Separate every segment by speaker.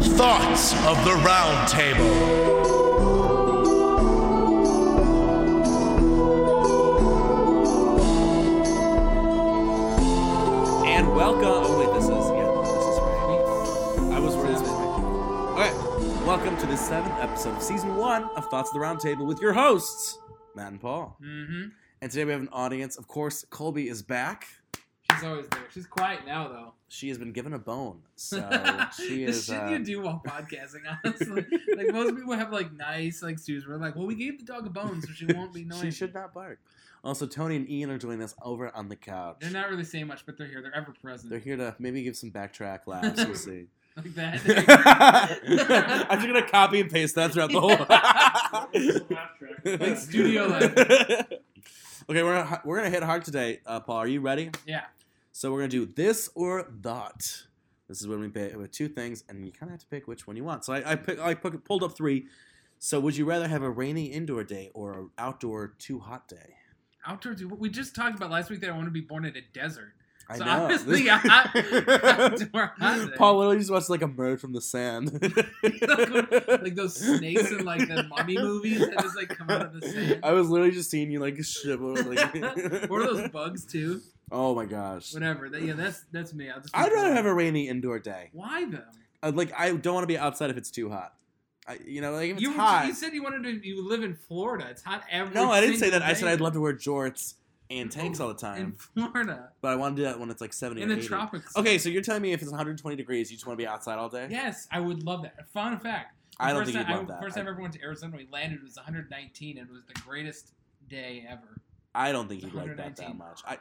Speaker 1: Knights of the Round Table.
Speaker 2: And welcome. Oh wait, this is yeah, this is right. I was worried this was right. Okay, welcome to the seventh episode of season one of Thoughts of the Roundtable with your hosts Matt and Paul.
Speaker 3: Mm-hmm.
Speaker 2: And today we have an audience. Of course, Colby is back.
Speaker 3: She's always there. She's quiet now though.
Speaker 2: She has been given a bone, so she
Speaker 3: the
Speaker 2: is.
Speaker 3: shit
Speaker 2: uh,
Speaker 3: you do while podcasting, honestly. like most people have like nice like Sue's. We're like, well, we gave the dog a bone, so she won't be noisy.
Speaker 2: she should not bark. Also, Tony and Ian are joining us over on the couch.
Speaker 3: They're not really saying much, but they're here. They're ever present.
Speaker 2: They're here to maybe give some backtrack laughs. We'll see.
Speaker 3: like that.
Speaker 2: I'm just gonna copy and paste that throughout the whole.
Speaker 3: Like studio life.
Speaker 2: Okay, we're gonna, we're gonna hit hard today, uh, Paul. Are you ready?
Speaker 3: yeah.
Speaker 2: So we're gonna do this or that. This is when we pick with two things, and you kind of have to pick which one you want. So I I, pick, I pick, pulled up three. So would you rather have a rainy indoor day or an outdoor too hot day?
Speaker 3: Outdoor dude. We just talked about last week that I want to be born in a desert.
Speaker 2: I
Speaker 3: so
Speaker 2: know.
Speaker 3: obviously, a hot, outdoor hot day.
Speaker 2: Paul literally just watched like emerge from the sand.
Speaker 3: like those snakes in like the mummy movies that just like come out of the sand.
Speaker 2: I was literally just seeing you like shiver. Like,
Speaker 3: What are those bugs too?
Speaker 2: Oh my gosh!
Speaker 3: Whatever. That, yeah, that's that's me. I'll just
Speaker 2: I'd rather have a rainy indoor day.
Speaker 3: Why though?
Speaker 2: Uh, like I don't want to be outside if it's too hot. I, you know, like if it's
Speaker 3: You,
Speaker 2: hot.
Speaker 3: you said you wanted to. You live in Florida. It's hot every.
Speaker 2: no, I didn't say
Speaker 3: single
Speaker 2: that. I said
Speaker 3: day
Speaker 2: I'd love to wear jorts and tanks all the
Speaker 3: Oh, in
Speaker 2: time,
Speaker 3: Florida
Speaker 2: but I want to do that when it's like seventy
Speaker 3: in
Speaker 2: or
Speaker 3: the
Speaker 2: 80.
Speaker 3: tropics.
Speaker 2: Okay, so you're telling me if it's 120 degrees, you just want to be outside all day?
Speaker 3: Yes, I would love that. Fun fact. the
Speaker 2: I don't
Speaker 3: first
Speaker 2: think you'd
Speaker 3: time,
Speaker 2: love
Speaker 3: I,
Speaker 2: that.
Speaker 3: First
Speaker 2: I-
Speaker 3: time I ever went to Arizona, we landed. It was 119, and it was the greatest day ever.
Speaker 2: I don't think
Speaker 3: It's
Speaker 2: you'd like that that
Speaker 3: 119.
Speaker 2: much. I,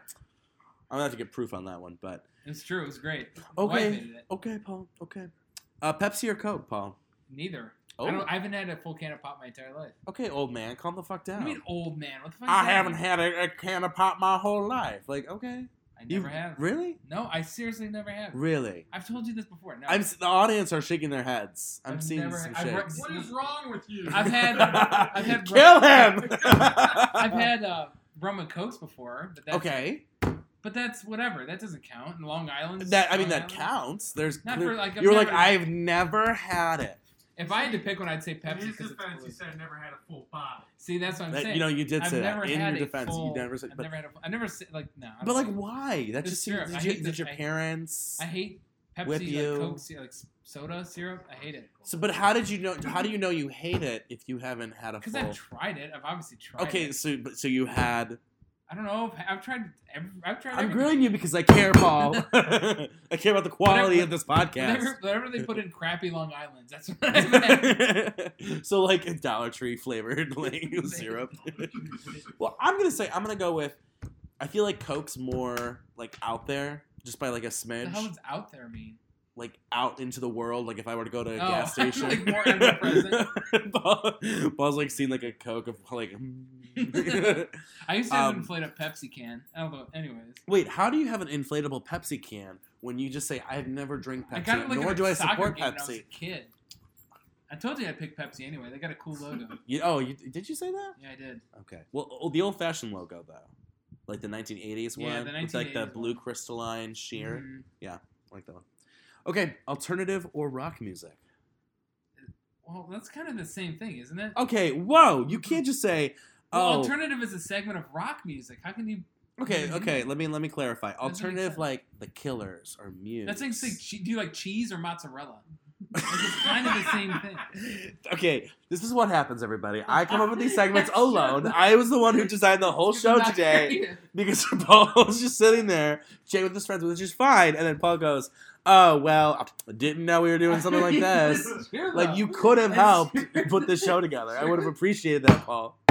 Speaker 2: I'm gonna have to get proof on that one, but
Speaker 3: It's true. It was great. My wife
Speaker 2: okay,
Speaker 3: hated it.
Speaker 2: okay, Paul, okay. Uh, Pepsi or Coke, Paul?
Speaker 3: Neither.
Speaker 2: Oh,
Speaker 3: I, don't, I haven't had a full can of pop my entire life.
Speaker 2: okay, old man, calm the fuck down.
Speaker 3: I mean, old man. What the fuck?
Speaker 2: I
Speaker 3: is that?
Speaker 2: haven't had a, a can of pop my whole life. Like, okay,
Speaker 3: I never
Speaker 2: You-
Speaker 3: have.
Speaker 2: Really,
Speaker 3: No, I seriously never have.
Speaker 2: really.
Speaker 3: I've told you this before. No,
Speaker 2: I'm s- the audience are shaking their heads. I'm
Speaker 3: I've
Speaker 2: seeing
Speaker 3: never-
Speaker 2: some
Speaker 3: I've
Speaker 2: shakes.
Speaker 3: re-
Speaker 4: What is wrong with you?
Speaker 3: I've had- I've had-
Speaker 2: kill him.
Speaker 3: I've had uh, rum and cokes before, but that's,
Speaker 2: okay,
Speaker 3: but that's whatever. That doesn't count. And Long Island.
Speaker 2: that I mean that counts. There's
Speaker 3: um, Not
Speaker 2: clear-
Speaker 3: for, like, I've
Speaker 2: you were like
Speaker 3: never-
Speaker 2: I've never had it.
Speaker 3: If I had to pick one, I'd say
Speaker 4: In
Speaker 3: Pepsi
Speaker 4: his
Speaker 3: because it's
Speaker 4: defense, he
Speaker 3: blue.
Speaker 4: said I never had a full body.
Speaker 3: See, that's what I'm
Speaker 2: That-
Speaker 3: saying.
Speaker 2: you know you did
Speaker 3: I've
Speaker 2: say
Speaker 3: never
Speaker 2: that in
Speaker 3: had
Speaker 2: your
Speaker 3: a
Speaker 2: defense.
Speaker 3: Full,
Speaker 2: you never said,
Speaker 3: I've
Speaker 2: but
Speaker 3: never had a. I never said like no. I
Speaker 2: but
Speaker 3: don't
Speaker 2: like
Speaker 3: know.
Speaker 2: why? That
Speaker 3: It's
Speaker 2: just seems.
Speaker 3: syrup. I
Speaker 2: Did, you,
Speaker 3: hate
Speaker 2: did
Speaker 3: the-
Speaker 2: your
Speaker 3: I-
Speaker 2: parents?
Speaker 3: I hate
Speaker 2: Whip
Speaker 3: Pepsi,
Speaker 2: you.
Speaker 3: like Coke, sy- like s- soda syrup. I hate it.
Speaker 2: so, but how did you know? How do you know you hate it if you haven't had a
Speaker 3: Because
Speaker 2: full?
Speaker 3: I've tried it. I've obviously tried.
Speaker 2: okay,
Speaker 3: It.
Speaker 2: so but so you had.
Speaker 3: I don't know. If, I've tried. every- I've tried.
Speaker 2: I'm
Speaker 3: everything.
Speaker 2: grilling you because I care, Paul. I care about the quality of this podcast.
Speaker 3: Whatever, whatever they put in crappy Long Islands, that's what I've had.
Speaker 2: so like a Dollar Tree flavored like syrup. well, I'm gonna say I'm gonna go with. I feel like Coke's more like out there, just by like a
Speaker 3: the
Speaker 2: smidge,
Speaker 3: hell is out there mean?
Speaker 2: like out into the world. Like if I were to go to a
Speaker 3: Oh,
Speaker 2: gas station,
Speaker 3: like more ever-present.
Speaker 2: Paul, Paul's like seen like a Coke of like.
Speaker 3: I used to have
Speaker 2: Um,
Speaker 3: an inflate a Pepsi can. Although, anyways,
Speaker 2: Wait, how do you have an inflatable Pepsi can when you just say I've never drank
Speaker 3: I
Speaker 2: Pepsi,
Speaker 3: got it like
Speaker 2: nor
Speaker 3: at a
Speaker 2: do I
Speaker 3: soccer
Speaker 2: support
Speaker 3: game when I was a
Speaker 2: Pepsi?
Speaker 3: kid. I told you I picked Pepsi anyway. They got a cool logo.
Speaker 2: You, oh, you, did you say that?
Speaker 3: yeah, I did.
Speaker 2: Okay. Well, o- the old-fashioned logo though, like the 1980s
Speaker 3: Yeah,
Speaker 2: one,
Speaker 3: the
Speaker 2: with like the
Speaker 3: 1980s
Speaker 2: blue crystalline sheer,
Speaker 3: Mm,
Speaker 2: I like that one. Okay, alternative or rock music.
Speaker 3: Mm-hmm. well, that's kind of the same thing, isn't it?
Speaker 2: Okay, whoa, you can't just say,
Speaker 3: Mm-hmm. Well,
Speaker 2: oh,
Speaker 3: alternative is a segment of rock music. How can you?
Speaker 2: okay,
Speaker 3: mm-hmm.
Speaker 2: okay. Let me let me clarify.
Speaker 3: make
Speaker 2: Alternative
Speaker 3: sense.
Speaker 2: like the Killers or Muse.
Speaker 3: That's like say, che- do you like cheese or mozzarella? Like, it's kind of the same thing.
Speaker 2: okay, this is what happens, everybody. I come up with these segments
Speaker 3: Shut
Speaker 2: alone.
Speaker 3: up.
Speaker 2: I was the one who designed the whole
Speaker 3: It's
Speaker 2: show
Speaker 3: not
Speaker 2: today
Speaker 3: creative.
Speaker 2: because Paul was just sitting there, chatting with his friends, which is fine. And then Paul goes, "Oh well, I didn't know we were doing something like this.
Speaker 3: Sure,
Speaker 2: Like
Speaker 3: though.
Speaker 2: you could have
Speaker 3: It's
Speaker 2: helped
Speaker 3: true.
Speaker 2: put this show together. I would have appreciated that, Paul.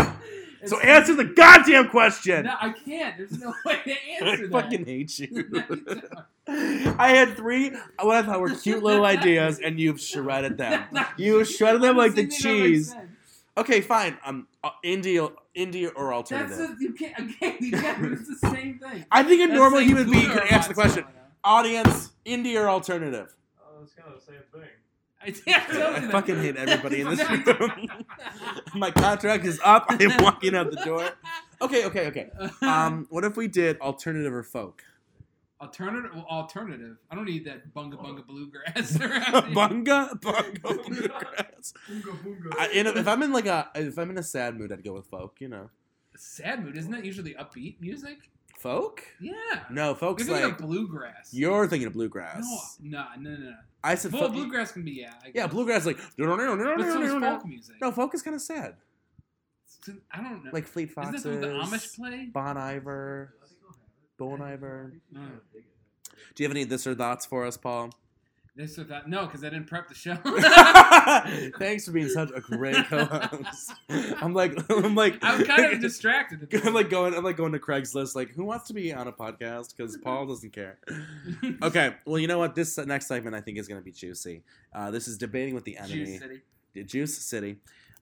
Speaker 3: It's
Speaker 2: So
Speaker 3: true.
Speaker 2: answer the goddamn question.
Speaker 3: No, I can't. There's no way to
Speaker 2: I
Speaker 3: answer that.
Speaker 2: fucking hate
Speaker 3: No,
Speaker 2: you.
Speaker 3: you don't.
Speaker 2: I had three what I thought were cute little ideas, and you've shredded them. You shredded them like the
Speaker 3: Doesn't even make
Speaker 2: cheese.
Speaker 3: sense.
Speaker 2: Okay, fine. Um, uh, India, India or alternative.
Speaker 3: That's a, you can't again. You can't, it's the same thing.
Speaker 2: I think a
Speaker 3: That's
Speaker 2: normal
Speaker 3: like
Speaker 2: human being
Speaker 3: Buddha
Speaker 2: could
Speaker 3: or
Speaker 2: answer the question.
Speaker 3: mozzarella.
Speaker 2: Audience, India or alternative?
Speaker 4: Oh, it's kind of the same thing.
Speaker 3: I can't tell
Speaker 2: I
Speaker 3: you that.
Speaker 2: fucking hate everybody in this
Speaker 3: That's
Speaker 2: room. My contract is up. I'm Um, walking out the door. Okay, okay, okay. Um, what if we did alternative or folk?
Speaker 3: Alternative. Well, alternative. I don't need that bunga
Speaker 2: Oh.
Speaker 3: bunga bluegrass. around here.
Speaker 2: bunga, bunga, in the grass.
Speaker 4: Boonga boonga.
Speaker 2: I, in a, if I'm in like a, if I'm in a sad mood, I'd go with folk. You know,
Speaker 3: Sad mood. Isn't that usually upbeat music?
Speaker 2: folk?
Speaker 3: Yeah.
Speaker 2: No, folk's
Speaker 3: You're thinking
Speaker 2: like
Speaker 3: of bluegrass.
Speaker 2: you're thinking of bluegrass.
Speaker 3: no, no, no, no. no.
Speaker 2: I said
Speaker 3: Well,
Speaker 2: folk.
Speaker 3: bluegrass can be yeah. I
Speaker 2: Yeah,
Speaker 3: guess.
Speaker 2: bluegrass like
Speaker 3: But so is folk music.
Speaker 2: no folk is kind of sad.
Speaker 3: It's- I don't know.
Speaker 2: Like Fleet
Speaker 3: isn't
Speaker 2: Foxes,
Speaker 3: that what the Amish play?
Speaker 2: Bon Iver, Bon Iver.
Speaker 3: Mm.
Speaker 2: Do you have any this or thoughts for us, Paul?
Speaker 3: This or that? No, because I didn't prep the show.
Speaker 2: Thanks for being such a great co-host. I'm like, I'm like,
Speaker 3: I'm kind of distracted. at the
Speaker 2: I'm
Speaker 3: moment.
Speaker 2: like going, I'm like going to Craigslist. Like, who wants to be on a podcast? Because Paul doesn't care. Okay, well, you know what? This next segment I think is going to be juicy. Uh, this is debating with the enemy.
Speaker 3: Juice City.
Speaker 2: Yeah, Juice City.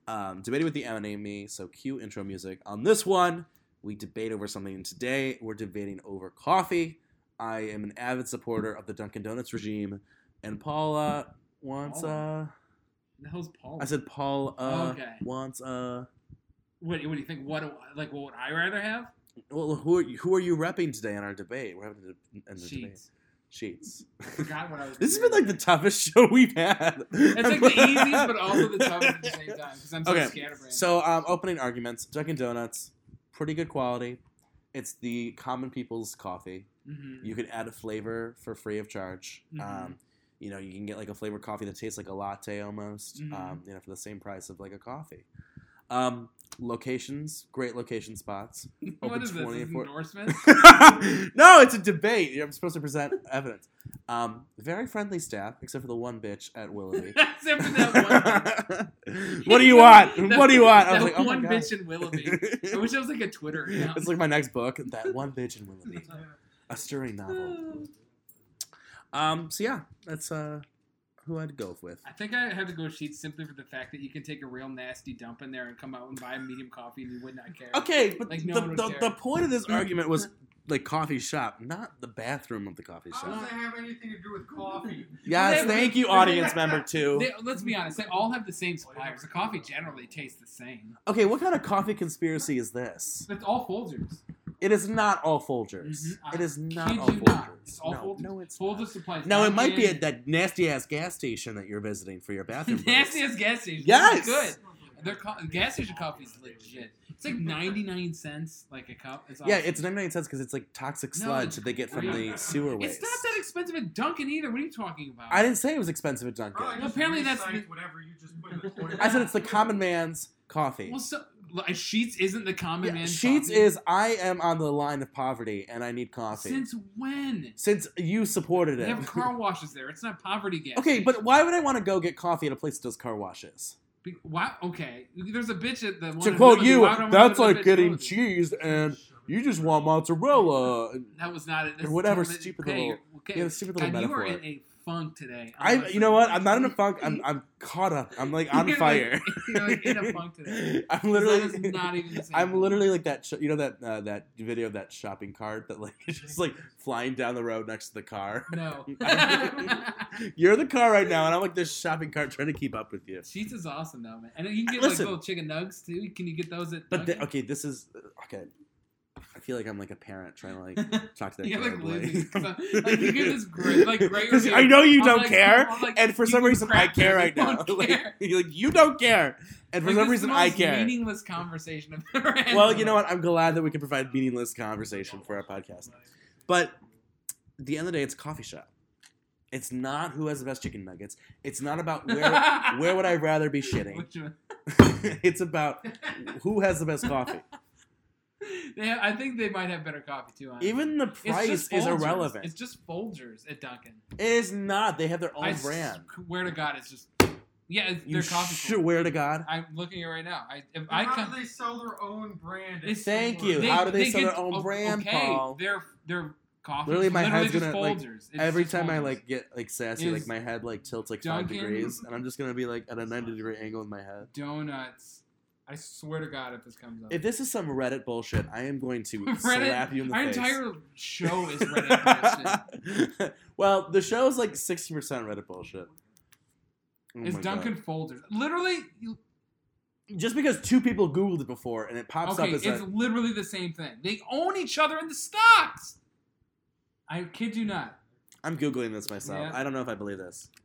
Speaker 2: Um, debated with the enemy, so cue intro music. On this one, we debate over something. And today, we're debating over coffee. I am an avid supporter of the Dunkin' Donuts regime, and Paula wants a.
Speaker 3: The hell's Paul?
Speaker 2: I uh, said Paula
Speaker 3: Okay.
Speaker 2: wants a.
Speaker 3: What, what do you think? What do I- like? What would I rather have?
Speaker 2: Well, who are you, who are you repping today in our debate? We're having a, in the debate.
Speaker 3: Sheets.
Speaker 2: Sheets.
Speaker 3: Forgot what I was.
Speaker 2: This has been like the toughest show we've had.
Speaker 3: It's like the easiest, but also the toughest at the same time because I'm so
Speaker 2: Okay,
Speaker 3: scatterbrained.
Speaker 2: So, um, opening arguments: Dunkin' Donuts, pretty good quality. It's the common people's coffee.
Speaker 3: Mhm.
Speaker 2: You can add a flavor for free of charge.
Speaker 3: Mhm.
Speaker 2: Um, you know, you can get like a flavored coffee that tastes like a latte almost.
Speaker 3: Mhm.
Speaker 2: Um, you know, for the same price of like a coffee. Um, locations, great location spots.
Speaker 3: what
Speaker 2: open
Speaker 3: is this?
Speaker 2: 20
Speaker 3: This
Speaker 2: for-
Speaker 3: endorsement?
Speaker 2: no, it's a debate. You're supposed to present evidence. Um, very friendly staff, except for the one bitch at Willoughby.
Speaker 3: Except for that one.
Speaker 2: what do you want?
Speaker 3: That-
Speaker 2: what do you want?
Speaker 3: That
Speaker 2: I was like, oh
Speaker 3: one
Speaker 2: my god.
Speaker 3: bitch in Willoughby. I wish I was like a Twitter account.
Speaker 2: it's like my next book, that one bitch in Willoughby, a stirring novel. Um, so yeah, that's uh, who I'd go with.
Speaker 3: I think I have to go with sheets simply for the fact that you can take a real nasty dump in there and come out and buy a medium coffee and you would not care.
Speaker 2: Okay, but
Speaker 3: Like, no
Speaker 2: the,
Speaker 3: one would
Speaker 2: the,
Speaker 3: care.
Speaker 2: the point of this argument was like coffee shop, not the bathroom of the coffee
Speaker 3: Oh,
Speaker 4: How does
Speaker 2: shop.
Speaker 4: that have anything to do with coffee?
Speaker 2: Yes,
Speaker 3: They-
Speaker 2: thank you, audience member two.
Speaker 3: They, let's be honest, they all have the same suppliers. The coffee generally tastes the same.
Speaker 2: Okay, what kind of coffee conspiracy is this?
Speaker 3: It's all Folgers.
Speaker 2: It is not all Folgers.
Speaker 3: Mhm.
Speaker 2: It is not
Speaker 3: Kid
Speaker 2: all
Speaker 3: you
Speaker 2: Folgers.
Speaker 3: not. It's all
Speaker 2: no,
Speaker 3: Folgers.
Speaker 2: no, it's not.
Speaker 3: Folgers supplies.
Speaker 2: Now it might be
Speaker 3: napkins.
Speaker 2: at that nasty ass gas station that you're visiting for your bathroom. breaks.
Speaker 3: nastiest gas station.
Speaker 2: Yes!
Speaker 3: It's good. Their co- gas station coffee is legit. It's like ninety nine cents like a cup. It's
Speaker 2: Yeah,
Speaker 3: awesome.
Speaker 2: it's 99 cents because it's like toxic
Speaker 3: No,
Speaker 2: sludge
Speaker 3: it's
Speaker 2: that they get from the
Speaker 4: great.
Speaker 2: sewer waste.
Speaker 3: It's not that expensive at Dunkin' either. What are you talking about?
Speaker 2: I didn't say it was expensive at Dunkin'.
Speaker 4: Probably
Speaker 3: Well,
Speaker 4: just
Speaker 3: apparently that's
Speaker 4: recycled
Speaker 3: the-
Speaker 4: whatever you just put in the toilet.
Speaker 2: I said it's the common man's coffee.
Speaker 3: Well, so like, Sheets isn't the common
Speaker 2: Yeah,
Speaker 3: man.
Speaker 2: Sheets
Speaker 3: coffee.
Speaker 2: is I am on the line of poverty and I need coffee. Since,
Speaker 3: Since when?
Speaker 2: you supported
Speaker 3: They
Speaker 2: it.
Speaker 3: have car washes there. It's not poverty gas.
Speaker 2: okay,
Speaker 3: station.
Speaker 2: but why would I want to go get coffee at a place that does car washes?
Speaker 3: Be- why? Okay, there's a bitch at the. One
Speaker 2: To
Speaker 3: in
Speaker 2: quote
Speaker 3: Willoughby.
Speaker 2: you,
Speaker 3: Why would I wanna
Speaker 2: that's
Speaker 3: go to
Speaker 2: like
Speaker 3: bitch
Speaker 2: getting
Speaker 3: Willoughby?
Speaker 2: cheese and you just want mozzarella.
Speaker 3: That was not it. That's
Speaker 2: whatever
Speaker 3: totally-
Speaker 2: stupid
Speaker 3: okay,
Speaker 2: little-
Speaker 3: Okay.
Speaker 2: yeah, the stupid little
Speaker 3: God, You are
Speaker 2: metaphor.
Speaker 3: in a funk today.
Speaker 2: I,
Speaker 3: honestly.
Speaker 2: you know what? I'm not in a funk. I'm, I'm caught up. I'm like on
Speaker 3: You're like-
Speaker 2: fire.
Speaker 3: you're like in a funk today.
Speaker 2: I'm literally
Speaker 3: That is not even the same
Speaker 2: I'm
Speaker 3: thing.
Speaker 2: literally like that. Sh- you know that uh, that video of that shopping cart that like is just like flying down the road next to the car.
Speaker 3: No.
Speaker 2: You're the car right now, and I'm like this shopping cart trying to keep up with you.
Speaker 3: Sheets is awesome though, man. And you can get
Speaker 2: Listen.
Speaker 3: like little chicken nugs too. Can you get those at?
Speaker 2: But the,
Speaker 3: Dunkin'?
Speaker 2: okay, this is uh, okay. I feel like I'm like a parent trying to like talk to their
Speaker 3: You're
Speaker 2: kid.
Speaker 3: like
Speaker 2: I'm
Speaker 3: losing. 'cause I'm- Like you give this great, like great.
Speaker 2: 'Cause
Speaker 3: review.
Speaker 2: I know you
Speaker 3: I'm
Speaker 2: don't
Speaker 3: like-
Speaker 2: care,
Speaker 3: I'm like,
Speaker 2: and for
Speaker 3: you
Speaker 2: some
Speaker 3: can
Speaker 2: reason I
Speaker 3: crack
Speaker 2: care
Speaker 3: me,
Speaker 2: right
Speaker 3: you
Speaker 2: now.
Speaker 3: don't
Speaker 2: Like,
Speaker 3: care.
Speaker 2: you're like you don't care, and for
Speaker 3: Like,
Speaker 2: some
Speaker 3: this is
Speaker 2: reason
Speaker 3: the
Speaker 2: I
Speaker 3: most
Speaker 2: care.
Speaker 3: Meaningless conversation I've ever had.
Speaker 2: Well, you know what? I'm glad that we can provide meaningless conversation for our podcast. But at the end of the day, it's a coffee shop. It's not who has the best chicken nuggets. It's not about where where would I rather be shitting.
Speaker 3: Which one?
Speaker 2: it's about who has the best coffee.
Speaker 3: They have, I think they might have better coffee too. Honestly.
Speaker 2: Even the
Speaker 3: It's
Speaker 2: price
Speaker 3: just
Speaker 2: is
Speaker 3: Folgers.
Speaker 2: irrelevant.
Speaker 3: It's just Folgers at Dunkin'.
Speaker 2: It is not. They have their own
Speaker 3: I
Speaker 2: brand.
Speaker 3: swear to God, it's just yeah. It's,
Speaker 2: You
Speaker 3: their coffee. Folgers.
Speaker 2: swear to God.
Speaker 3: I'm looking at it right now. I if I
Speaker 4: How
Speaker 3: come.
Speaker 4: do they sell their own brand?
Speaker 3: It's-
Speaker 2: Thank you. How do they, sell their own brand,
Speaker 3: okay,
Speaker 2: Paul?
Speaker 3: Their their coffee.
Speaker 2: Literally, my
Speaker 3: literally
Speaker 2: head's
Speaker 3: just
Speaker 2: gonna, like,
Speaker 3: Folgers. It's
Speaker 2: Every
Speaker 3: just
Speaker 2: time I
Speaker 3: Folgers.
Speaker 2: like get like sassy, like
Speaker 3: Is
Speaker 2: my head like tilts like
Speaker 3: Dunkin'-
Speaker 2: five degrees, and I'm just gonna be like at a 90 degree angle in my head.
Speaker 3: donuts. I swear to God, if this comes up,
Speaker 2: If this is some Reddit bullshit, I am going to
Speaker 3: Reddit-
Speaker 2: slap you in the
Speaker 3: our
Speaker 2: face. Oh
Speaker 3: entire show is Reddit bullshit.
Speaker 2: well, the show is like 60% Reddit bullshit. Oh
Speaker 3: It's
Speaker 2: my
Speaker 3: Dunkin'
Speaker 2: God.
Speaker 3: Folgers. Literally, you,
Speaker 2: Just because two people Googled it before and it pops
Speaker 3: okay,
Speaker 2: up as
Speaker 3: it's
Speaker 2: a.
Speaker 3: literally the same thing. They own each other in the stocks. I kid you not.
Speaker 2: I'm googling this myself.
Speaker 3: Yeah.
Speaker 2: I don't know if I believe this.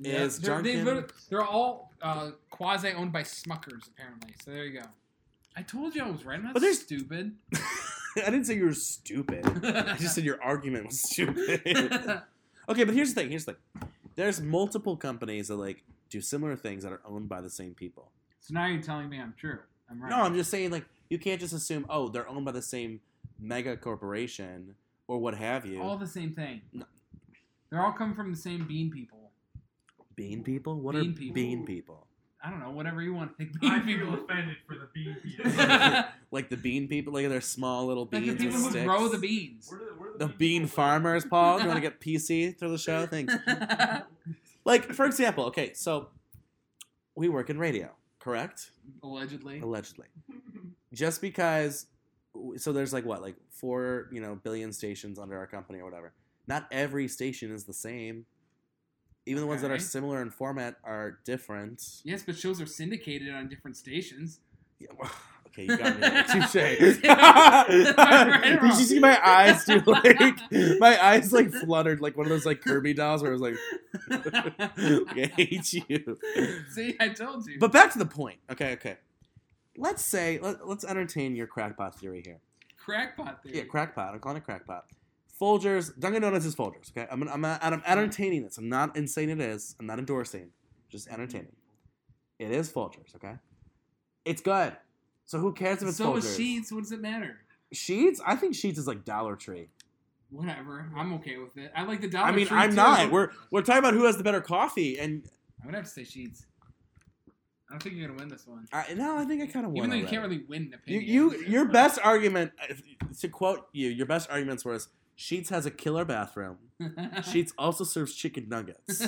Speaker 3: Yeah.
Speaker 2: Is
Speaker 3: They're, they
Speaker 2: Duncan-
Speaker 3: lit- they're all uh, quasi owned by Smuckers apparently. So there you go. I told you I was right. I'm not
Speaker 2: But there's-
Speaker 3: stupid.
Speaker 2: I didn't say you were stupid. I just said your argument was stupid. Okay, but here's the thing. Here's the thing. There's multiple companies that like do similar things that are owned by the same people.
Speaker 3: so now you're telling me I'm true. I'm right.
Speaker 2: No, I'm just saying like you can't just assume oh they're owned by the same mega corporation or what have you.
Speaker 3: all the same thing.
Speaker 2: No.
Speaker 3: They're all coming from the same bean people.
Speaker 2: bean people? What are
Speaker 3: Bean people.
Speaker 2: bean people?
Speaker 3: I don't know, whatever you want to think. Bean
Speaker 4: I feel
Speaker 3: people.
Speaker 4: offended for the bean people.
Speaker 3: Like
Speaker 2: Like the bean people? Like they're small little beans
Speaker 3: the people
Speaker 2: with
Speaker 3: who
Speaker 2: sticks.
Speaker 3: grow the beans.
Speaker 4: Where do the, where do
Speaker 2: The bean farmers, Paul. Do you want to get PC through the show? Thanks.
Speaker 3: a
Speaker 2: Like for example, okay, so we work in radio, correct?
Speaker 3: Allegedly.
Speaker 2: allegedly just because so there's like what like four you know billion stations under our company or whatever not every station is the same even the ones that are
Speaker 3: Okay.
Speaker 2: similar in format are different
Speaker 3: Yes, but shows are syndicated on different stations.
Speaker 2: Yeah, well, okay you got me there. touche
Speaker 3: Right or
Speaker 2: did
Speaker 3: wrong?
Speaker 2: you see my eyes do like my eyes like fluttered like one of those like kirby dolls where i was like i hate you
Speaker 3: See, I told you.
Speaker 2: but back to the point okay okay let's say let, let's entertain your crackpot theory here
Speaker 3: crackpot theory.
Speaker 2: Yeah, crackpot. I'm calling it crackpot. Folgers, Dunkin' Donuts is Folgers. Okay, I'm I'm, I'm
Speaker 3: Mm-hmm.
Speaker 2: entertaining this. I'm not insane. It is. I'm not endorsing. Just entertaining. It is Folgers. Okay, it's good. So who cares if it's
Speaker 3: so
Speaker 2: Folgers?
Speaker 3: is Sheets. What does it matter?
Speaker 2: Sheets? I think Sheets is like Dollar Tree.
Speaker 3: Whatever. I'm okay with it. I like the dollar.
Speaker 2: I mean,
Speaker 3: Tree,
Speaker 2: I'm
Speaker 3: too.
Speaker 2: not. We're we're talking about who has the better coffee, and
Speaker 3: I'm gonna have to say Sheets. I don't think you're gonna win this one.
Speaker 2: I, no, I think I kind of won.
Speaker 3: Even though you
Speaker 2: already.
Speaker 3: can't really win an
Speaker 2: You, you
Speaker 3: opinion.
Speaker 2: your best argument to quote you your best arguments was Sheets has a killer bathroom.
Speaker 3: Uh-huh.
Speaker 2: Sheets also serves chicken nuggets.
Speaker 3: it's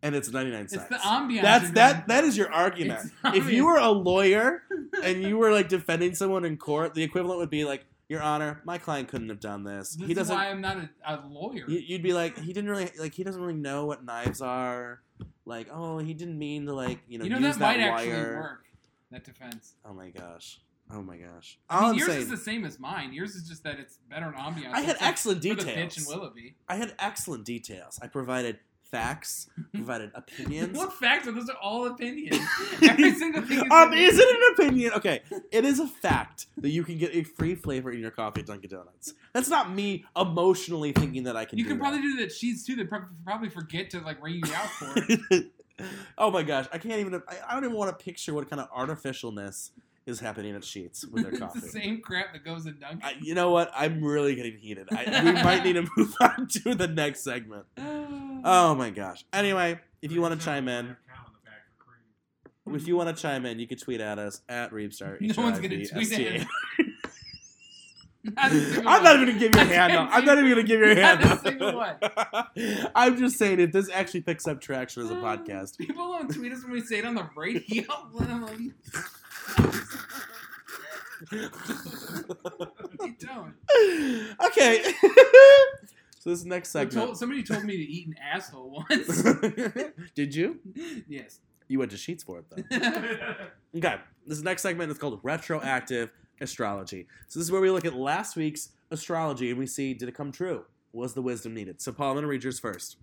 Speaker 2: and it's 99 cents.
Speaker 3: the ambiance.
Speaker 2: That's
Speaker 3: you're
Speaker 2: that
Speaker 3: going
Speaker 2: that is your argument.
Speaker 3: It's the
Speaker 2: If you
Speaker 3: ambiance.
Speaker 2: were a lawyer and you were like defending someone in court, the equivalent would be like, "Your honor, my client couldn't have done this.
Speaker 3: for. This
Speaker 2: he
Speaker 3: is
Speaker 2: doesn't
Speaker 3: why I'm not a, a lawyer.
Speaker 2: you- you'd be like, "He didn't really like he doesn't really know what knives are." Like, "Oh, he didn't mean to like, you know,
Speaker 3: You know
Speaker 2: use
Speaker 3: that might actually
Speaker 2: wire."
Speaker 3: work. That defense.
Speaker 2: Oh my gosh. Oh my gosh.
Speaker 3: I
Speaker 2: All
Speaker 3: mean,
Speaker 2: I'm
Speaker 3: yours is
Speaker 2: saying,
Speaker 3: the same as mine. Yours is just that it's better in ambiance.
Speaker 2: I had
Speaker 3: It's like
Speaker 2: excellent
Speaker 3: for the bitch and
Speaker 2: details.
Speaker 3: Willoughby.
Speaker 2: I had excellent details. I provided facts, provided opinions.
Speaker 3: What facts are those? Are all opinions. Every single thing.
Speaker 2: um, is it an opinion? Okay, it is a fact that you can get a free flavor in your coffee at Dunkin' Donuts. That's not me emotionally thinking that I can.
Speaker 3: You
Speaker 2: do
Speaker 3: can probably
Speaker 2: that.
Speaker 3: do that. She's too. They prob- probably forget to like ring you out for it.
Speaker 2: oh my gosh, I can't even. I, I don't even want to picture what kind of artificialness is happening at Sheets with their
Speaker 3: it's the
Speaker 2: coffee.
Speaker 3: same crap that goes in Dunkin'.
Speaker 2: I, you know what? I'm really getting heated. I, we might need to move on to the next segment. Oh my gosh. Anyway, if you want to chime in, if you want to chime in, you can tweet at us at Reebstar.
Speaker 3: No one's gonna tweet at
Speaker 2: HIVSTA.
Speaker 3: him.
Speaker 2: I'm not even gonna give you a
Speaker 3: I
Speaker 2: hand up.
Speaker 3: can't
Speaker 2: I'm not even gonna give you a
Speaker 3: Not
Speaker 2: hand
Speaker 3: a single one.
Speaker 2: up. I'm just saying if this actually picks up traction as a
Speaker 3: Um,
Speaker 2: podcast.
Speaker 3: People don't tweet us when we say it on the radio. let alone- they don't.
Speaker 2: okay. so this next
Speaker 3: I
Speaker 2: segment.
Speaker 3: Told, somebody told me to eat an asshole once.
Speaker 2: Did you?
Speaker 3: yes.
Speaker 2: You went to Sheets for it though. Okay. This next segment is called Retroactive Astrology. So this is where we look at last week's astrology and we see did it come true? Was the wisdom needed? So Paul, I'm gonna read yours first.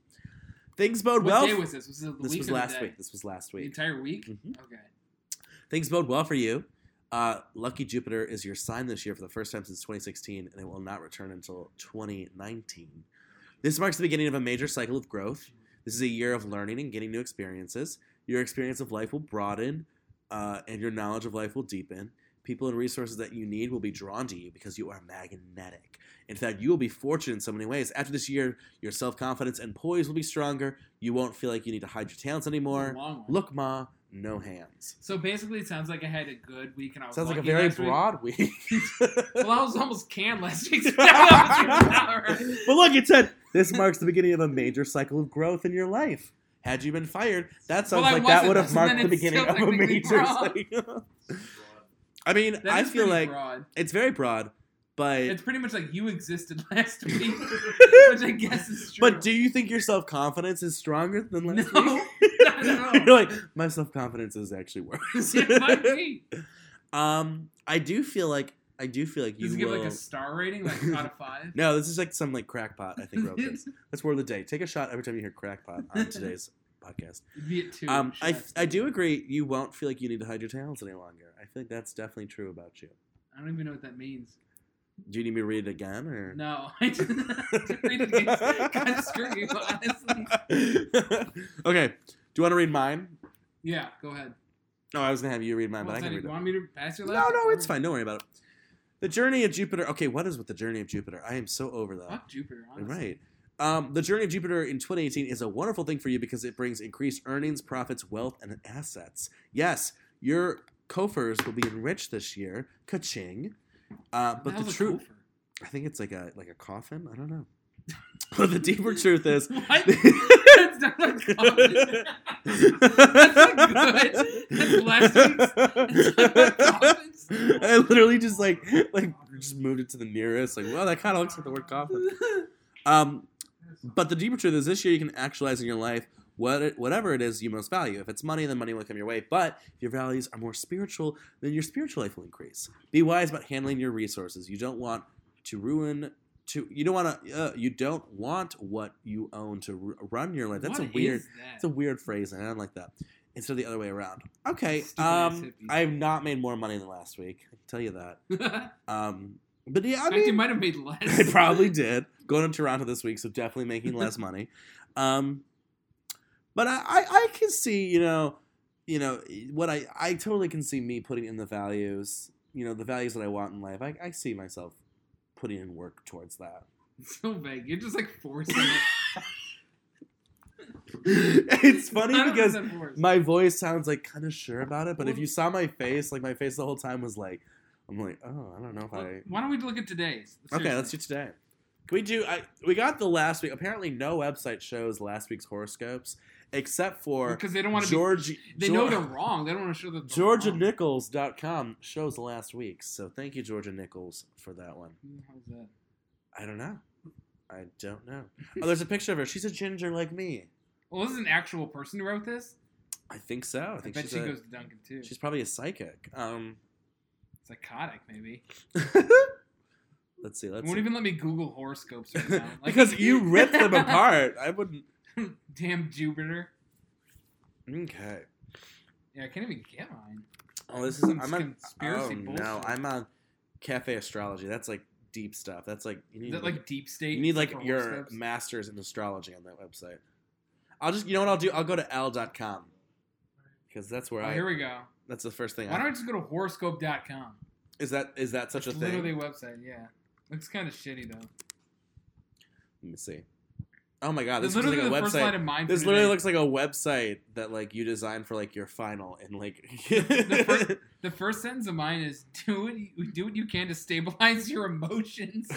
Speaker 2: Things bode
Speaker 3: What
Speaker 2: well.
Speaker 3: day was this? Was it the
Speaker 2: this
Speaker 3: week
Speaker 2: was
Speaker 3: or the
Speaker 2: last
Speaker 3: day?
Speaker 2: week. This was last
Speaker 3: The
Speaker 2: week.
Speaker 3: entire week?
Speaker 2: Mhm.
Speaker 3: Okay.
Speaker 2: Things bode well for you. Uh, lucky Jupiter is your sign this year for the first time since 2016, and it will not return until 2019. This marks the beginning of a major cycle of growth. This is a year of learning and getting new experiences. Your experience of life will broaden, uh, and your knowledge of life will deepen. People and resources that you need will be drawn to you because you are magnetic. In fact, you will be fortunate in so many ways. After this year, your self confidence and poise will be stronger. You won't feel like you need to hide your talents
Speaker 3: The
Speaker 2: anymore.
Speaker 3: long one.
Speaker 2: Look, Ma, no hands.
Speaker 3: So basically, it sounds like I had a good week and I was
Speaker 2: Sounds like a
Speaker 3: lucky
Speaker 2: very
Speaker 3: last week.
Speaker 2: broad week.
Speaker 3: Well, I was almost canned last week. So that was your power.
Speaker 2: but look, it said this marks the beginning of a major cycle of growth in your life. Had you been fired, that sounds
Speaker 3: Well, I
Speaker 2: like that
Speaker 3: wasn't,
Speaker 2: would have
Speaker 3: so
Speaker 2: marked
Speaker 3: then
Speaker 2: the
Speaker 3: it's
Speaker 2: beginning
Speaker 3: still
Speaker 2: of a
Speaker 3: technically
Speaker 2: major
Speaker 3: broad.
Speaker 2: cycle. I mean,
Speaker 3: That
Speaker 2: I
Speaker 3: is
Speaker 2: feel
Speaker 3: pretty
Speaker 2: like
Speaker 3: broad.
Speaker 2: it's very broad, but
Speaker 3: It's pretty much like you existed last week, which I guess is true.
Speaker 2: but do you think your self confidence is stronger than
Speaker 3: no,
Speaker 2: last week?
Speaker 3: not at
Speaker 2: You're
Speaker 3: all.
Speaker 2: like my self confidence is actually worse.
Speaker 3: It might be.
Speaker 2: Um, I do feel like I do feel like
Speaker 3: Does
Speaker 2: you
Speaker 3: it give
Speaker 2: will.
Speaker 3: like a star rating, like out of five?
Speaker 2: No, this is like some like crackpot. I think wrote this. That's word of the day. Take a shot every time you hear crackpot on today's podcast.
Speaker 3: It'd be at two.
Speaker 2: Um, I
Speaker 3: Shots.
Speaker 2: I do agree. You won't feel like you need to hide your talents any longer. I feel like that's definitely true about you.
Speaker 3: I don't even know what that means.
Speaker 2: Do you need me to read it again or?
Speaker 3: No, I didn't read it. again. Kind of screw you, honestly.
Speaker 2: okay. Do you want to read mine?
Speaker 3: Yeah, go ahead.
Speaker 2: No, I was gonna have you read mine,
Speaker 3: Well,
Speaker 2: but I can
Speaker 3: Teddy,
Speaker 2: read
Speaker 3: you
Speaker 2: it.
Speaker 3: want me to pass your
Speaker 2: No,
Speaker 3: laptop?
Speaker 2: no, it's
Speaker 3: Or-
Speaker 2: fine. Don't worry about it. The journey of Jupiter. Okay, what is with the journey of Jupiter? I am so over that.
Speaker 3: Fuck Jupiter, honestly.
Speaker 2: Right. Um, the journey of Jupiter in 2018 is a wonderful thing for you because it brings increased earnings, profits, wealth, and assets. Yes, your coffers will be enriched this year. Ka-ching. Uh,
Speaker 3: What
Speaker 2: but the
Speaker 3: hell's a
Speaker 2: truth,
Speaker 3: gopher?
Speaker 2: I think it's like a like a coffin. I don't know. but the deeper truth is.
Speaker 3: What? That's not a coffin. That's not good. That's last week's. That's
Speaker 2: I literally just like like just moved it to the nearest. Like, well, that kind of looks like the word coffin. Um, but the deeper truth is, this year you can actualize in your life what it, whatever it is you most value. If it's money, then money will come your way. But if your values are more spiritual, then your spiritual life will increase. Be wise about handling your resources. You don't want to ruin. To you don't want to. Uh, you don't want what you own to ru- run your life. That's
Speaker 3: What
Speaker 2: a weird.
Speaker 3: is that?
Speaker 2: It's a weird phrase, and I don't like that. Instead of the other way around. Okay.
Speaker 3: Stupid ass
Speaker 2: Um,
Speaker 3: hippies.
Speaker 2: I've not made more money than last week. I can tell you that. Um, but yeah, I
Speaker 3: In fact, you
Speaker 2: mean,
Speaker 3: might have made less.
Speaker 2: I probably did. Going to Toronto this week, so definitely making less money. Um, but I, I, I can see, you know, you know what I, I totally can see me putting in the values, you know, the values that I want in life. I, I see myself putting in work towards that.
Speaker 3: so vague. You're just like forcing it.
Speaker 2: it's funny
Speaker 3: I don't
Speaker 2: because
Speaker 3: understand force.
Speaker 2: my voice sounds like kind of sure about it, but if
Speaker 3: Well-
Speaker 2: you saw my face, like my face the whole time was like, I'm like, oh, I don't know if
Speaker 3: Well,
Speaker 2: I.
Speaker 3: Why don't we look at today's?
Speaker 2: Okay, let's do today. Can we do? I we got the last week. Apparently, no website shows last week's horoscopes except for
Speaker 3: because they don't want to.
Speaker 2: George.
Speaker 3: Be, they know they're wrong. They don't want to show that. they're wrong.
Speaker 2: GeorgiaNichols.com shows last week's. So thank you, Georgia Nichols, for that one.
Speaker 3: Who the hell is that?
Speaker 2: I don't know. I don't know. Oh, there's a picture of her. She's a ginger like me.
Speaker 3: Well, this is an actual person who wrote this.
Speaker 2: I think so.
Speaker 3: I,
Speaker 2: I think
Speaker 3: bet
Speaker 2: she's
Speaker 3: she
Speaker 2: a,
Speaker 3: goes to Duncan too.
Speaker 2: she's probably a psychic. Um,
Speaker 3: psychotic, maybe.
Speaker 2: let's see. Let's
Speaker 3: won't
Speaker 2: see.
Speaker 3: even let me Google horoscopes right now. Like-
Speaker 2: because you ripped them apart. I wouldn't.
Speaker 3: Damn Jupiter.
Speaker 2: Okay.
Speaker 3: Yeah, I can't even get mine.
Speaker 2: Oh, this is. I'm
Speaker 3: It's
Speaker 2: on,
Speaker 3: conspiracy
Speaker 2: oh,
Speaker 3: bullshit.
Speaker 2: No, I'm on Cafe Astrology. That's like deep stuff. That's like you
Speaker 3: Is
Speaker 2: need
Speaker 3: that
Speaker 2: like,
Speaker 3: like deep state?
Speaker 2: you need like
Speaker 3: for
Speaker 2: your
Speaker 3: horoscopes?
Speaker 2: masters in astrology on that website. I'll just you know what I'll do? I'll go to l.com because that's where
Speaker 3: Oh,
Speaker 2: I.
Speaker 3: here we go.
Speaker 2: that's the first thing.
Speaker 3: Why don't
Speaker 2: I,
Speaker 3: I just go to horoscope.com?
Speaker 2: is that is that such a
Speaker 3: It's
Speaker 2: thing?
Speaker 3: literally a website, yeah. Looks kind of shitty though.
Speaker 2: Let me see. Oh my god, this
Speaker 3: It's
Speaker 2: looks like a
Speaker 3: literally the first line
Speaker 2: website.
Speaker 3: of mine. for
Speaker 2: This literally
Speaker 3: today.
Speaker 2: looks like a website that like you designed for like your final and like.
Speaker 3: fir- The first sentence of mine is do what you, do what you can to stabilize your emotions.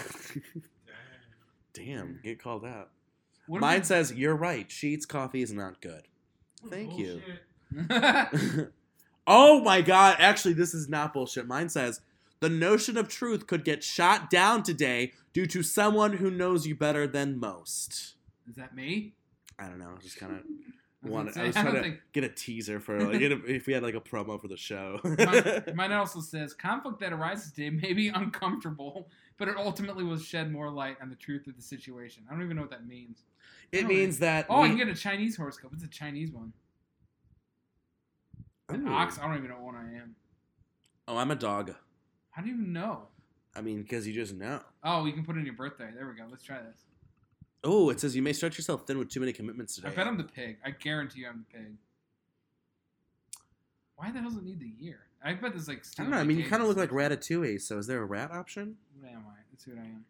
Speaker 2: Damn, get called out.
Speaker 3: What am
Speaker 2: Mine
Speaker 3: I-
Speaker 2: says you're right. She eats coffee is not good.
Speaker 4: What
Speaker 2: Thank you.
Speaker 4: bullshit.
Speaker 2: oh my god, actually this is not bullshit. Mine says the notion of truth could get shot down today due to someone who knows you better than most.
Speaker 3: is that me?
Speaker 2: I don't know, just kind of
Speaker 3: I was gonna
Speaker 2: wanted
Speaker 3: say,
Speaker 2: I was
Speaker 3: I
Speaker 2: trying
Speaker 3: don't
Speaker 2: to
Speaker 3: think-
Speaker 2: get a teaser for like if we had like a promo for the show.
Speaker 3: Mine, mine also says conflict that arises today may be uncomfortable, but it ultimately will shed more light on the truth of the situation. I don't even know what that means.
Speaker 2: it means that
Speaker 3: Oh, I
Speaker 2: we-
Speaker 3: can get a Chinese horoscope. It's a Chinese one. An
Speaker 2: Ooh.
Speaker 3: ox. I don't even know what one I am.
Speaker 2: Oh, I'm a dog.
Speaker 3: How do you even know?
Speaker 2: I mean, cuz you just know.
Speaker 3: Oh, you can put in your birthday. There we go. Let's try this.
Speaker 2: Oh, it says you may stretch yourself thin with too many commitments today.
Speaker 3: I bet I'm the pig. I guarantee you I'm the pig. Why the hell does it need the year? I bet there's like.
Speaker 2: I don't know. I mean, you kind of look like Ratatouille, so is there a rat option?
Speaker 3: What am I? Let's see what I am.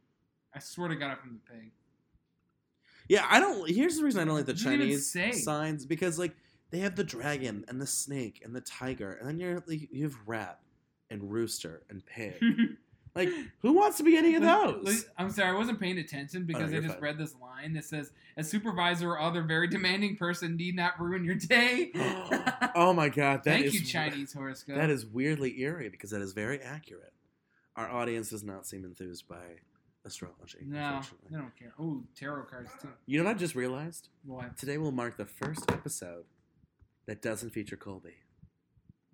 Speaker 3: I swear to God, I'm the pig.
Speaker 2: Yeah, I don't. Here's the reason I don't like the
Speaker 3: It doesn't even
Speaker 2: Chinese
Speaker 3: say.
Speaker 2: signs because like they have the dragon and the snake and the tiger, and then you're like you have rat and rooster and pig. like who wants to be any of
Speaker 3: Look-
Speaker 2: those? Oh,
Speaker 3: look- I'm sorry, I wasn't paying attention because I
Speaker 2: you're
Speaker 3: just
Speaker 2: fine.
Speaker 3: read this line that says, "A supervisor or other very demanding person need not ruin your day."
Speaker 2: oh my god, that
Speaker 3: Thank
Speaker 2: is-
Speaker 3: you, Chinese horoscope.
Speaker 2: That is weirdly eerie because that is very accurate. Our audience does not seem enthused by astrology.
Speaker 3: no,
Speaker 2: unfortunately.
Speaker 3: they don't care. Oh, tarot cards too.
Speaker 2: You know what I just realized?
Speaker 3: What?
Speaker 2: Today will mark the first episode that doesn't feature Colby.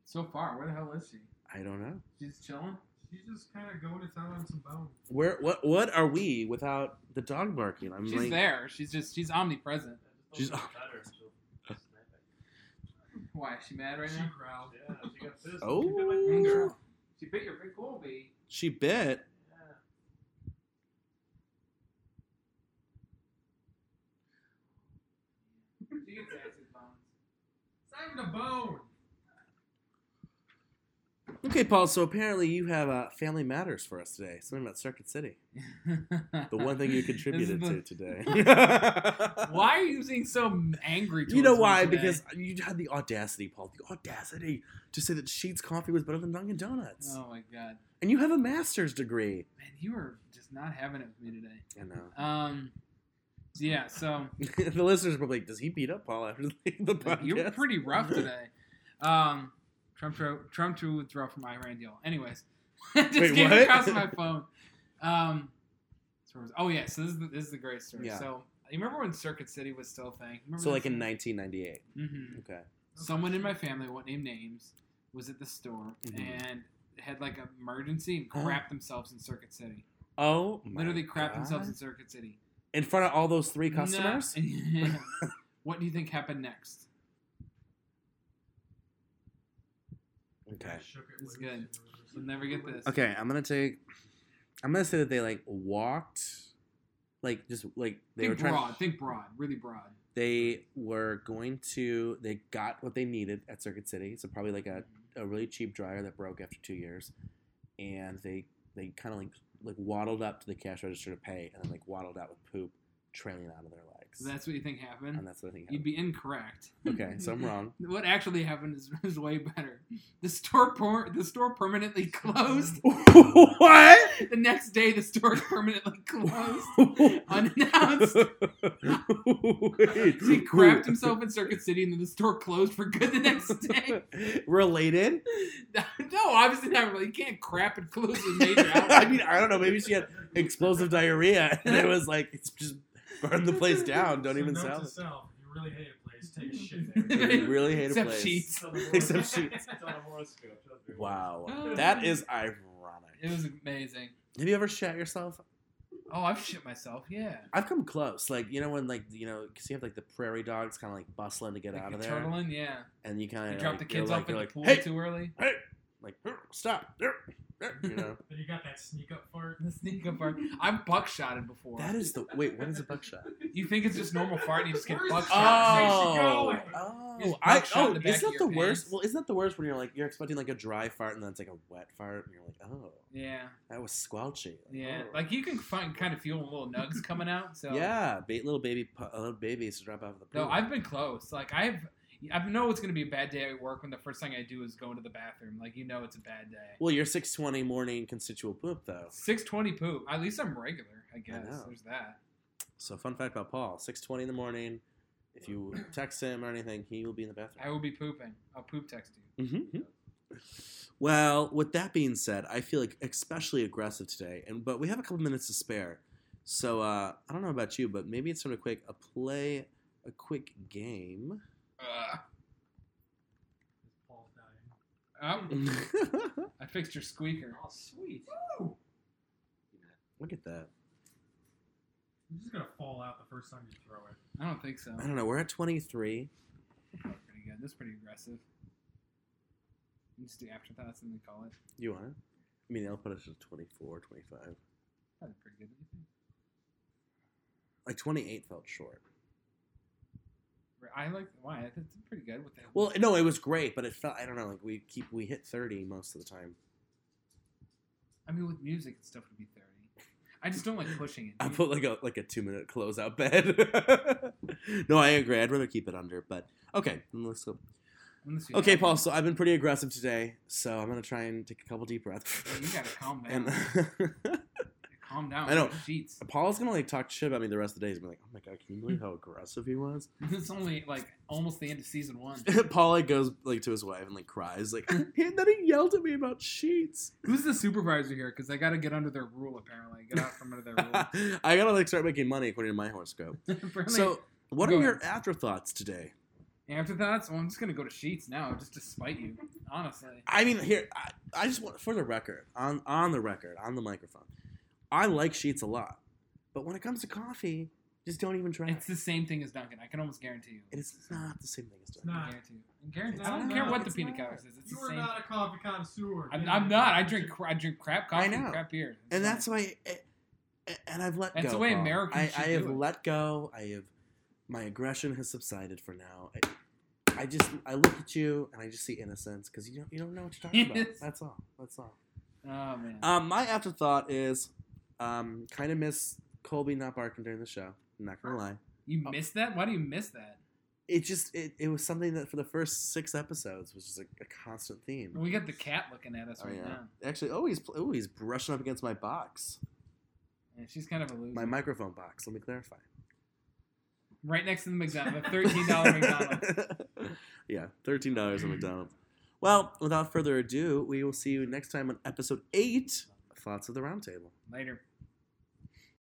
Speaker 3: So far, where the hell is she?
Speaker 2: I don't know.
Speaker 3: She's chilling.
Speaker 4: He's just kind of going to town on some bones.
Speaker 2: Where what what are we without the dog barking? I'm
Speaker 3: She's
Speaker 2: like
Speaker 3: there. She's just she's omnipresent.
Speaker 2: She's-
Speaker 3: Why is she mad right
Speaker 4: she
Speaker 3: now?
Speaker 4: growled.
Speaker 2: oh
Speaker 3: She bit your big bee.
Speaker 2: she bit.
Speaker 3: She gets acid bones.
Speaker 4: It's not even a bone.
Speaker 2: Okay, Paul. So apparently you have uh, family matters for us today. Something about Circuit City. The one thing you
Speaker 3: This is
Speaker 2: contributed to
Speaker 3: the-
Speaker 2: today.
Speaker 3: Why are you being so angry?
Speaker 2: You know
Speaker 3: towards me
Speaker 2: why?
Speaker 3: today?
Speaker 2: Because you had the audacity, Paul, the audacity to say that Sheets Coffee was better than Dunkin' Donuts,
Speaker 3: oh my god,
Speaker 2: and you have a master's degree.
Speaker 3: man, you are just not having it with me today.
Speaker 2: I know.
Speaker 3: Um, yeah, so
Speaker 2: the listeners were like, "Does he beat up Paul after the the podcast?"
Speaker 3: you were pretty rough today. Um, Trump to, Trump to withdraw from Iran deal. Anyways, just
Speaker 2: Wait,
Speaker 3: came
Speaker 2: what?
Speaker 3: across my phone. Um, so it was- oh yeah, so this is the, this is the great story.
Speaker 2: Yeah.
Speaker 3: So you remember when Circuit City was still a thing? Remember
Speaker 2: So,
Speaker 3: that
Speaker 2: like in
Speaker 3: thing?
Speaker 2: 1998.
Speaker 3: Mhm.
Speaker 2: Okay.
Speaker 3: someone in my family, I won't name names, was at the store
Speaker 2: Mhm.
Speaker 3: and had like an emergency and
Speaker 2: Oh.
Speaker 3: crapped themselves in Circuit City.
Speaker 2: Oh, my
Speaker 3: Literally crapped
Speaker 2: God.
Speaker 3: themselves in Circuit City.
Speaker 2: in front of all those three
Speaker 3: No.
Speaker 2: customers.
Speaker 3: what do you think happened next?
Speaker 2: Okay.
Speaker 4: I shook it
Speaker 3: It's
Speaker 4: loose.
Speaker 3: good. You'll never get this.
Speaker 2: Okay, I'm gonna take. I'm gonna say that they like walked, like just like they were
Speaker 3: think
Speaker 2: trying.
Speaker 3: broad. Think broad. Really broad.
Speaker 2: They were going to. They got what they needed at Circuit City. So probably like a a really cheap dryer that broke after two years, and they they kind of like like waddled up to the cash register to pay, and then like waddled out with poop trailing out of their legs.
Speaker 3: So that's what you think happened.
Speaker 2: and that's what I think
Speaker 3: You'd
Speaker 2: happened.
Speaker 3: be incorrect.
Speaker 2: Okay, so I'm wrong.
Speaker 3: What actually happened is, is way better. The store per- the store permanently closed.
Speaker 2: what?
Speaker 3: The next day, the store permanently closed, unannounced.
Speaker 2: Wait,
Speaker 3: He crapped himself in Circuit City, and then the store closed for good the next day.
Speaker 2: Related?
Speaker 3: no, obviously not. Really. You can't crap and close a major
Speaker 2: I
Speaker 3: outlet.
Speaker 2: mean, I don't know. Maybe she had explosive diarrhea, and it was like, it's just burn the place down. Don't
Speaker 4: So
Speaker 2: even
Speaker 4: note
Speaker 2: sell
Speaker 4: to
Speaker 2: it.
Speaker 4: self, if You really hate a place. Take a shit
Speaker 2: I
Speaker 4: there.
Speaker 2: really hate a
Speaker 3: Except
Speaker 2: place.
Speaker 3: sheets.
Speaker 2: Except she- Wow, that is
Speaker 3: Oh. It
Speaker 2: ironic.
Speaker 3: was amazing.
Speaker 2: Have you ever shat yourself?
Speaker 3: Oh, I've shit myself. Yeah.
Speaker 2: I've come close. Like you know when like you know because you have like the prairie dogs kind of like bustling to get
Speaker 3: Like
Speaker 2: out of
Speaker 3: the
Speaker 2: there,
Speaker 3: Turtling, yeah.
Speaker 2: and you kind
Speaker 3: You
Speaker 2: of
Speaker 3: drop
Speaker 2: like,
Speaker 3: the
Speaker 2: you're
Speaker 3: kids
Speaker 2: like,
Speaker 3: off at
Speaker 2: you're
Speaker 3: the
Speaker 2: like,
Speaker 3: pool
Speaker 2: hey,
Speaker 3: too early.
Speaker 2: like "Er, stop, Er, er," you know.
Speaker 4: Then you got that sneak up fart.
Speaker 3: The sneak up fart. I've buckshotted before.
Speaker 2: that is the wait. What is a buckshot?
Speaker 3: You think it's just normal fart, and you just get
Speaker 4: Where's
Speaker 3: buckshot.
Speaker 4: Oh. going?
Speaker 2: oh,
Speaker 3: Is
Speaker 2: I,
Speaker 3: buckshot
Speaker 2: oh
Speaker 3: in the back
Speaker 2: isn't
Speaker 3: of
Speaker 2: that the
Speaker 3: your
Speaker 2: worst?
Speaker 3: pants?
Speaker 2: Well, isn't that the worst when you're like you're expecting like a dry fart and then it's like a wet fart and you're like, oh,
Speaker 3: Yeah,
Speaker 2: that was squelchy.
Speaker 3: yeah.
Speaker 2: oh.
Speaker 3: Like you can find kind of feel little nugs coming out. So
Speaker 2: yeah, ba- little baby, pu- uh, little babies to drop out of the pool.
Speaker 3: No, I've been close. Like I've, I know it's gonna be a bad day at work when the first thing I do is go into the bathroom. Like you know it's a bad day.
Speaker 2: well, your six twenty morning constitual poop though.
Speaker 3: Six twenty poop. At least I'm regular. I guess
Speaker 2: know.
Speaker 3: there's that.
Speaker 2: So fun fact about Paul: six twenty in the morning. If you text him or anything, he will be in the bathroom.
Speaker 3: I will be pooping. I'll poop text you.
Speaker 2: Mhm. Well, with that being said, I feel like especially aggressive today, and but we have a couple minutes to spare, so uh, I don't know about you, but maybe it's sort of quick a play a quick game.
Speaker 3: Ugh.
Speaker 4: Paul's dying.
Speaker 3: Oh,
Speaker 2: Look
Speaker 3: I fixed your squeaker.
Speaker 5: Oh, sweet.
Speaker 2: at that.
Speaker 4: You're just gonna fall out the first time you throw it.
Speaker 3: I don't think so.
Speaker 2: I don't know. We're at twenty three.
Speaker 3: That's pretty good. That's pretty aggressive. You just do afterthoughts and then call it.
Speaker 2: You want it? I mean, I'll put us at 24, 25.
Speaker 3: That's pretty good. don't you think?
Speaker 2: Like twenty eight felt short.
Speaker 3: I like why that's pretty good with that.
Speaker 2: Well, no, it was great, but it felt I don't know. Like we keep we hit thirty most of the time.
Speaker 3: I mean with music and stuff would be thirty. I just don't like pushing it.
Speaker 2: I
Speaker 3: dude.
Speaker 2: put like a like a two minute closeout bed. no, I agree. I'd rather keep it under, but okay, let's go.
Speaker 3: Unless you
Speaker 2: Okay,
Speaker 3: have
Speaker 2: Paul.
Speaker 3: it.
Speaker 2: So I've been pretty aggressive today, so I'm gonna try and take a couple deep breaths.
Speaker 3: Yeah, you gotta calm down.
Speaker 2: And
Speaker 3: Calm down.
Speaker 2: I know.
Speaker 3: with the Sheets.
Speaker 2: Paul's gonna like talk shit about me the rest of the day. He's gonna be like, "Oh my god, can you believe how aggressive he was?"
Speaker 3: It's only like almost the end of season one.
Speaker 2: Paul like goes like to his wife and like cries like, and then he yelled at me about sheets.
Speaker 3: Who's the supervisor here? Because I got to get under their rule. Apparently, get out from under their rule.
Speaker 2: I gotta like start making money according to my horoscope.
Speaker 3: Apparently-
Speaker 2: So, what
Speaker 3: Go
Speaker 2: are
Speaker 3: ahead.
Speaker 2: your afterthoughts today?
Speaker 3: Afterthoughts? Well, I'm just gonna go to sheets now, just to spite you. Honestly,
Speaker 2: I mean, here, I, I just want for the record, on on the record, on the microphone, I like sheets a lot, but when it comes to coffee, just don't even try.
Speaker 3: it's
Speaker 2: It's,
Speaker 3: the same thing as Dunkin'. I can almost guarantee you.
Speaker 2: it is not the same thing as
Speaker 4: It's
Speaker 2: Dunkin'.
Speaker 4: not.
Speaker 3: I guarantee you. I guarantee-
Speaker 2: It's
Speaker 3: I don't
Speaker 2: not.
Speaker 3: care what the
Speaker 2: It's not.
Speaker 3: peanut gallery says. It's
Speaker 4: You
Speaker 3: the
Speaker 4: are
Speaker 3: same.
Speaker 4: not a coffee connoisseur.
Speaker 3: I'm,
Speaker 4: man.
Speaker 3: I'm not. I drink. cra- I drink crap coffee.
Speaker 2: I
Speaker 3: and
Speaker 2: know.
Speaker 3: crap beer. It's
Speaker 2: and
Speaker 3: fine.
Speaker 2: that's why, it, and I've let
Speaker 3: That's
Speaker 2: go.
Speaker 3: the way
Speaker 2: Bob.
Speaker 3: Americans
Speaker 2: I,
Speaker 3: should
Speaker 2: I have
Speaker 3: do it.
Speaker 2: let go. I have my aggression has subsided for now. I, I just I look at you and I just see innocence because you don't you don't know what you're talking about.
Speaker 3: Yes.
Speaker 2: That's all. That's all.
Speaker 3: Oh man.
Speaker 2: Um, my afterthought is, um, kind of miss Colby not barking during the show. I'm not gonna lie.
Speaker 3: you missed that? Why do you miss that?
Speaker 2: It just it, it was something that for the first six episodes was just a, a constant theme.
Speaker 3: We got the cat looking at us
Speaker 2: Oh,
Speaker 3: right
Speaker 2: yeah.
Speaker 3: now.
Speaker 2: Actually, oh he's pl- oh he's brushing up against my box,
Speaker 3: And she's kind of a loser.
Speaker 2: my microphone box. Let me clarify.
Speaker 3: right next to the McDonald's, the thirteen dollar McDonald's.
Speaker 2: yeah, thirteen dollars at McDonald's. Well, without further ado, we will see you next time on episode eight. of Thoughts of the Roundtable.
Speaker 3: Later.